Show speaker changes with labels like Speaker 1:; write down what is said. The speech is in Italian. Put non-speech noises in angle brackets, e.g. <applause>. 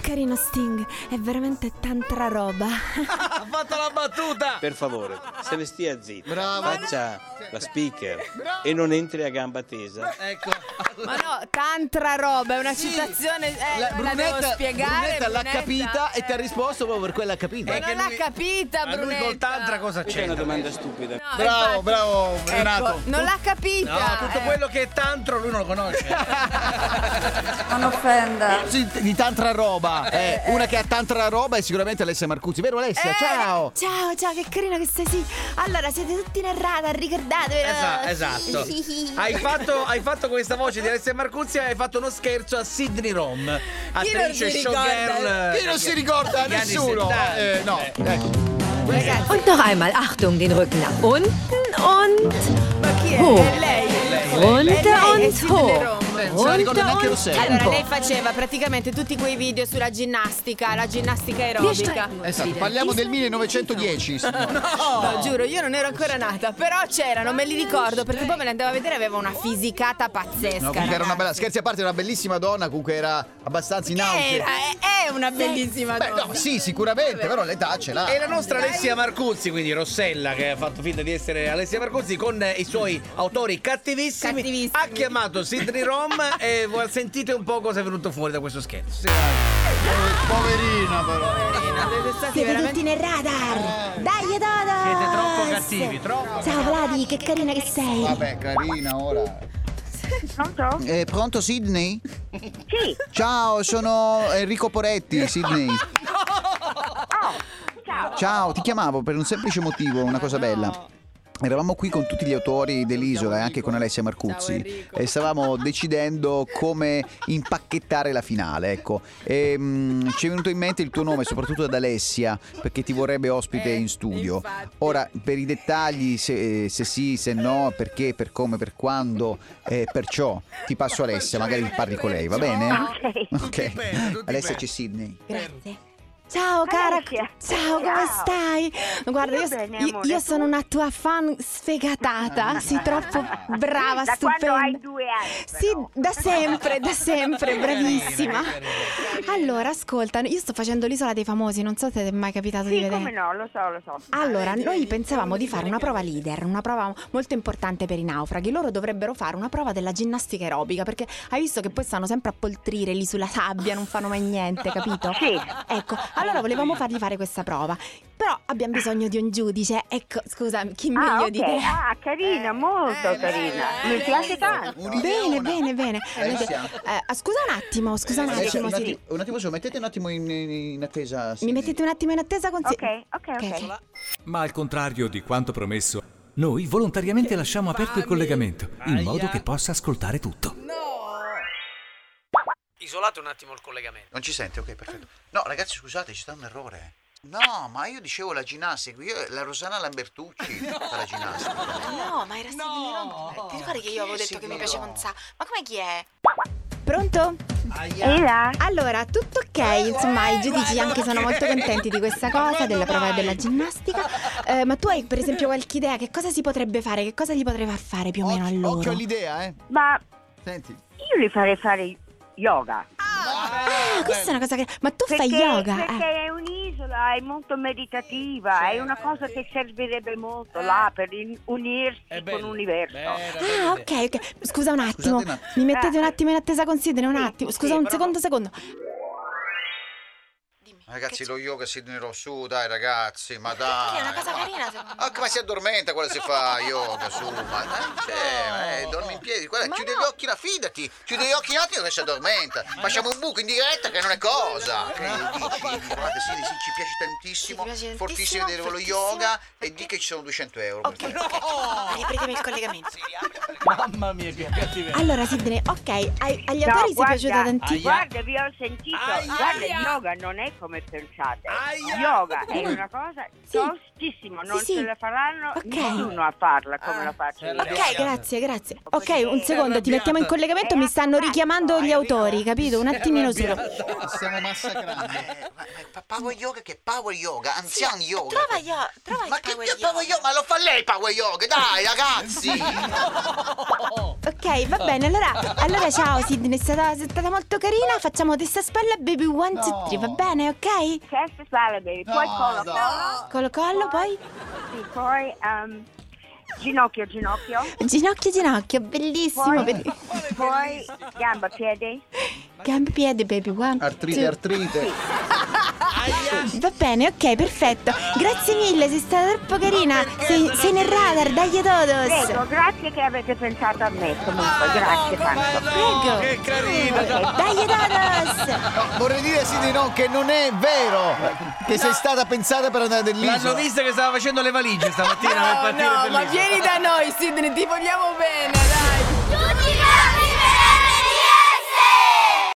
Speaker 1: carino Sting, è veramente tantra <laughs> roba.
Speaker 2: Ha fatto la battuta!
Speaker 3: Per favore, se ne stia zitta.
Speaker 4: Brava.
Speaker 3: Faccia la speaker e non entri a gamba tesa.
Speaker 2: Ecco.
Speaker 1: Ma no, tantra roba, è una
Speaker 4: Sì.
Speaker 1: citazione. Eh,
Speaker 4: La
Speaker 1: la devo
Speaker 4: brunetta,
Speaker 1: spiegare.
Speaker 4: brunetta l'ha
Speaker 1: Brunetta,
Speaker 4: capita e ti ha
Speaker 1: eh.
Speaker 4: risposto proprio per quella capita.
Speaker 1: Ma
Speaker 2: Eh, che
Speaker 1: non l'ha
Speaker 2: lui-
Speaker 1: capita,
Speaker 2: Ma lui
Speaker 1: Brunetta.
Speaker 2: col tantra cosa
Speaker 3: C'è una
Speaker 2: c'entra?
Speaker 3: domanda stupida.
Speaker 1: No,
Speaker 4: Bravo,
Speaker 1: infatti.
Speaker 4: bravo
Speaker 1: Ecco,
Speaker 4: Renato.
Speaker 1: non l'ha capita.
Speaker 2: No, tutto
Speaker 1: eh.
Speaker 2: quello che è tantro lui non lo conosce.
Speaker 5: Non offenda.
Speaker 4: <laughs> Sì, Di tantra roba, eh, una che ha tantra roba è sicuramente Alessia Marcuzzi, vero Alessia?
Speaker 1: Eh,
Speaker 4: Ciao!
Speaker 1: Ciao, ciao, che carino che sei, sì. Allora, siete tutti nel radar, ricordatevi. eh,
Speaker 2: Esa- esatto. Hai fatto, hai fatto questa voce di Alessia Marcuzzi e hai fatto uno scherzo a Sidney Rom, attrice
Speaker 1: si ricorda?
Speaker 2: showgirl. eh,
Speaker 4: Chi non si ricorda?
Speaker 2: Gli anni
Speaker 4: Nessuno!
Speaker 2: 70.
Speaker 4: Eh, no, ecco.
Speaker 6: Und noch einmal, Achtung, den Rücken nach unten und
Speaker 1: Ma chi è?
Speaker 6: Oh.
Speaker 1: È lei. È
Speaker 6: runter
Speaker 1: lei, è
Speaker 6: und
Speaker 1: Sidney
Speaker 6: hoch.
Speaker 1: Rom.
Speaker 4: non Cioè, la ricordo
Speaker 6: Runter
Speaker 4: neanche
Speaker 6: und
Speaker 4: Rossella.
Speaker 1: Allora,
Speaker 6: Tempo.
Speaker 1: lei faceva praticamente tutti quei video sulla ginnastica, la ginnastica
Speaker 6: Wir
Speaker 1: aerobica.
Speaker 6: streiten uns
Speaker 4: Esatto,
Speaker 6: wieder.
Speaker 4: parliamo
Speaker 6: Ich
Speaker 4: del
Speaker 6: sag-
Speaker 4: 1910. signore.
Speaker 1: No, giuro, io non ero ancora nata, però c'erano, me li ricordo, perché poi me li andavo a vedere, aveva una fisicata pazzesca.
Speaker 4: No, comunque era una
Speaker 1: ragazzi.
Speaker 4: bella, scherzi a parte, era una bellissima donna, comunque era abbastanza in
Speaker 1: Che era,
Speaker 4: auge.
Speaker 1: è, è una bellissima
Speaker 4: Beh,
Speaker 1: donna.
Speaker 4: no, sì, sicuramente, però l'età ce l'ha.
Speaker 2: E la nostra Alessia Marcuzzi, quindi Rossella, che ha fatto finta di essere Alessia Marcuzzi, con eh, i suoi autori cattivissimi,
Speaker 1: Cattivissimi.
Speaker 2: ha chiamato Sidney Rom e <laughs> voi sentite un po' cosa è venuto fuori da questo scherzo. Sì.
Speaker 4: Poverina però.
Speaker 1: Siete stati veramente-
Speaker 7: nel radar! Dai, Dodo!
Speaker 2: Eh. Siete
Speaker 4: Eh,
Speaker 2: troppo cattivi, troppo.
Speaker 7: Ciao Vladi, che carina che sei!
Speaker 4: Vabbè, carina ora.
Speaker 8: Pronto?
Speaker 4: Eh, pronto Sidney?
Speaker 8: Sì.
Speaker 4: Ciao, sono Enrico Poretti,
Speaker 8: <laughs>
Speaker 4: Sidney.
Speaker 8: Oh, Ciao.
Speaker 4: Ciao, ti chiamavo per un semplice motivo, una cosa bella. Eravamo qui con tutti gli autori dell'isola e anche con Alessia
Speaker 1: Ciao,
Speaker 4: Marcuzzi
Speaker 1: Enrico.
Speaker 4: e
Speaker 1: <laughs>
Speaker 4: stavamo decidendo come impacchettare la finale, ecco. E, mm, ci è venuto in mente il tuo nome, soprattutto ad Alessia, perché ti vorrebbe ospite
Speaker 1: Eh,
Speaker 4: in studio.
Speaker 1: infatti.
Speaker 4: Ora, per i dettagli, se, eh, se sì, se no, perché, per come, per quando, eh, perciò ti passo Alessia, magari parli con lei, va bene?
Speaker 8: Ok.
Speaker 4: Ok.
Speaker 2: bene, <laughs> tutti
Speaker 4: Alessia
Speaker 2: bene.
Speaker 4: c'è Sidney.
Speaker 1: Grazie. Ciao cara,
Speaker 8: Alessia.
Speaker 1: ciao come
Speaker 8: Ciao.
Speaker 1: stai? Guarda,
Speaker 8: Io
Speaker 1: io,
Speaker 8: bene,
Speaker 1: io-
Speaker 8: amore,
Speaker 1: io
Speaker 8: tu?
Speaker 1: sono una tua fan sfegatata,
Speaker 2: Ah.
Speaker 1: sei
Speaker 2: <laughs>
Speaker 1: troppo brava,
Speaker 8: Da
Speaker 1: stupenda.
Speaker 8: quando hai due anni,
Speaker 1: Sì,
Speaker 8: però.
Speaker 1: da sempre, da sempre, bravissima.
Speaker 2: Carina, carina.
Speaker 1: Allora, ascolta, io sto facendo l'isola dei famosi, non so se ti è mai capitato di
Speaker 8: Sì,
Speaker 1: vedere.
Speaker 8: come no, lo so, lo so.
Speaker 1: Allora, noi pensavamo di fare una prova leader, una prova molto importante per i naufraghi. Loro dovrebbero fare una prova della ginnastica aerobica, perché hai visto che poi stanno sempre a poltrire lì sulla sabbia, non fanno mai niente, capito?
Speaker 8: <laughs> Sì.
Speaker 1: Ecco, allora volevamo fargli fare questa prova. Però abbiamo bisogno di un giudice. Ecco, scusa, chi meglio
Speaker 8: Ah, ok.
Speaker 1: di te?
Speaker 8: Ah, carina, molto
Speaker 1: Eh,
Speaker 8: carina.
Speaker 1: bella,
Speaker 8: Mi
Speaker 1: eh,
Speaker 8: piace tanto.
Speaker 1: Bene, bene, bene.
Speaker 4: Alessia.
Speaker 1: Eh, scusa un attimo, scusa un
Speaker 4: Adesso,
Speaker 1: attimo,
Speaker 4: un,
Speaker 1: sì.
Speaker 4: attimo, un attimo solo, mettete un attimo in, in attesa.
Speaker 1: Mi
Speaker 4: Sidney.
Speaker 1: mettete un attimo in attesa con
Speaker 8: Ok, ok, ok.
Speaker 9: Ma al contrario di quanto promesso, noi volontariamente lasciamo aperto il collegamento, in modo che possa ascoltare tutto.
Speaker 2: Isolate un attimo il collegamento.
Speaker 4: Non ci sente, ok, perfetto. No, ragazzi, scusate, c'è stato un errore. No, ma io dicevo la ginnastica, io la Rosana <laughs> Lambertucci fa la ginnastica.
Speaker 1: No, ma era Sidney Ti ricordi che io avevo detto che mi piaceva un sacco? Ma come chi è? Pronto?
Speaker 8: E là?
Speaker 1: Allora, tutto
Speaker 4: Eh,
Speaker 1: ok, insomma, i giudici anche sono molto contenti di questa
Speaker 4: <laughs>
Speaker 1: cosa, della prova della ginnastica. Eh, ma tu hai per esempio qualche idea che cosa si potrebbe fare? Che cosa gli potrei far fare più o meno a
Speaker 4: Occhio, occhio
Speaker 1: loro?
Speaker 4: all'idea, eh.
Speaker 8: Ma
Speaker 4: Senti.
Speaker 8: io li farei fare yoga.
Speaker 1: Ah, questa è una cosa che. Ma tu
Speaker 8: Perché,
Speaker 1: fai yoga? eh.
Speaker 8: perché è un'isola, è molto meditativa, è una
Speaker 1: Certo.
Speaker 8: cosa che servirebbe
Speaker 1: Eh.
Speaker 8: molto là per in- unirsi con l'universo.
Speaker 1: Ah, ok, ok. Scusa un attimo.
Speaker 4: Scusate un attimo.
Speaker 1: Mi mettete un
Speaker 8: Eh.
Speaker 1: attimo in attesa, considera un
Speaker 8: Sì,
Speaker 1: attimo.
Speaker 8: sì,
Speaker 1: Scusa un
Speaker 8: però-
Speaker 1: secondo, secondo.
Speaker 4: Ragazzi, lo yoga si nero su, dai ragazzi, ma dai.
Speaker 1: è una cosa
Speaker 4: ma-
Speaker 1: carina,
Speaker 4: <laughs>
Speaker 1: secondo
Speaker 4: Ah, come si addormenta quando si fa yoga su, ma dai, cioè, eh, dormi in piedi, guarda, chiude gli occhi, la fidati, chiude gli occhi un attimo che si addormenta. Facciamo un buco in diretta che non è cosa. Che dici, guarda, sì, sì, ci piace tantissimo,
Speaker 1: Sì, ci piace tantissimo,
Speaker 4: fortissimo vedere lo
Speaker 1: fortissimo.
Speaker 4: yoga e di che ci sono 200 euro. per favore.
Speaker 1: Ripetimi il collegamento.
Speaker 2: Mamma mia, che cattiveria.
Speaker 1: Allora, Sidney, ok, ai- agli
Speaker 8: No,
Speaker 1: autori si è
Speaker 8: guarda,
Speaker 1: piaciuta tantissimo.
Speaker 8: Guarda, vi ho sentito. Guarda, il yoga non è come come pensate.
Speaker 2: Aia!
Speaker 8: Yoga è
Speaker 7: Mm.
Speaker 8: una cosa
Speaker 7: Sì.
Speaker 8: tostissima, non
Speaker 1: Sì, sì.
Speaker 8: ce la faranno
Speaker 1: Ok.
Speaker 8: nessuno a farla come
Speaker 2: Ah.
Speaker 8: la faccio
Speaker 2: Ce
Speaker 8: io.
Speaker 2: la
Speaker 1: Ok, grazie, grazie. Ok,
Speaker 8: Sei
Speaker 1: un secondo, ti
Speaker 2: arrabbiata.
Speaker 1: mettiamo in collegamento. Mi stanno richiamando gli autori, capito? Un attimino solo.
Speaker 2: arrabbiata.
Speaker 10: Stiamo massacrando.
Speaker 4: Eh, ma- ma Power yoga che power yoga, anzian yoga.
Speaker 11: Trova io, trova
Speaker 4: ma
Speaker 11: il
Speaker 4: che
Speaker 11: power
Speaker 4: dio- power yoga? Ma lo fa lei power yoga, dai ragazzi!
Speaker 1: Ok, va bene. Allora, allora ciao Sidney, è stata, sei stata molto carina. Facciamo testa a spalla baby one, two, three, va bene, ok?
Speaker 8: Chest spalla, baby, poi
Speaker 10: No,
Speaker 8: collo,
Speaker 10: no.
Speaker 1: Col
Speaker 8: collo,
Speaker 1: collo, poi
Speaker 8: sì, poi ehm, ginocchio, ginocchio,
Speaker 1: ginocchio, ginocchio, bellissimo.
Speaker 8: Poi-
Speaker 1: per-
Speaker 8: poi gamba, piedi.
Speaker 1: Gambe, piede, baby one.
Speaker 10: Artrite,
Speaker 1: two.
Speaker 10: artrite.
Speaker 1: Va bene, ok, perfetto. Grazie mille, sei stata troppo carina. Sei, sei nel radar, dai a
Speaker 8: Prego,
Speaker 1: todos.
Speaker 8: grazie che avete pensato a me comunque, grazie tanto. E
Speaker 2: no,
Speaker 1: Prego.
Speaker 2: che carina.
Speaker 1: Ok, dai a todos.
Speaker 10: No, vorrei dire sì di no, che non è vero che sei stata pensata per andare
Speaker 2: L'hanno
Speaker 10: nell'isola.
Speaker 2: vista che
Speaker 4: Eh,
Speaker 2: stava facendo le valigie stamattina per partire per l'isola.
Speaker 6: da noi, Sidney, ti vogliamo bene, dai.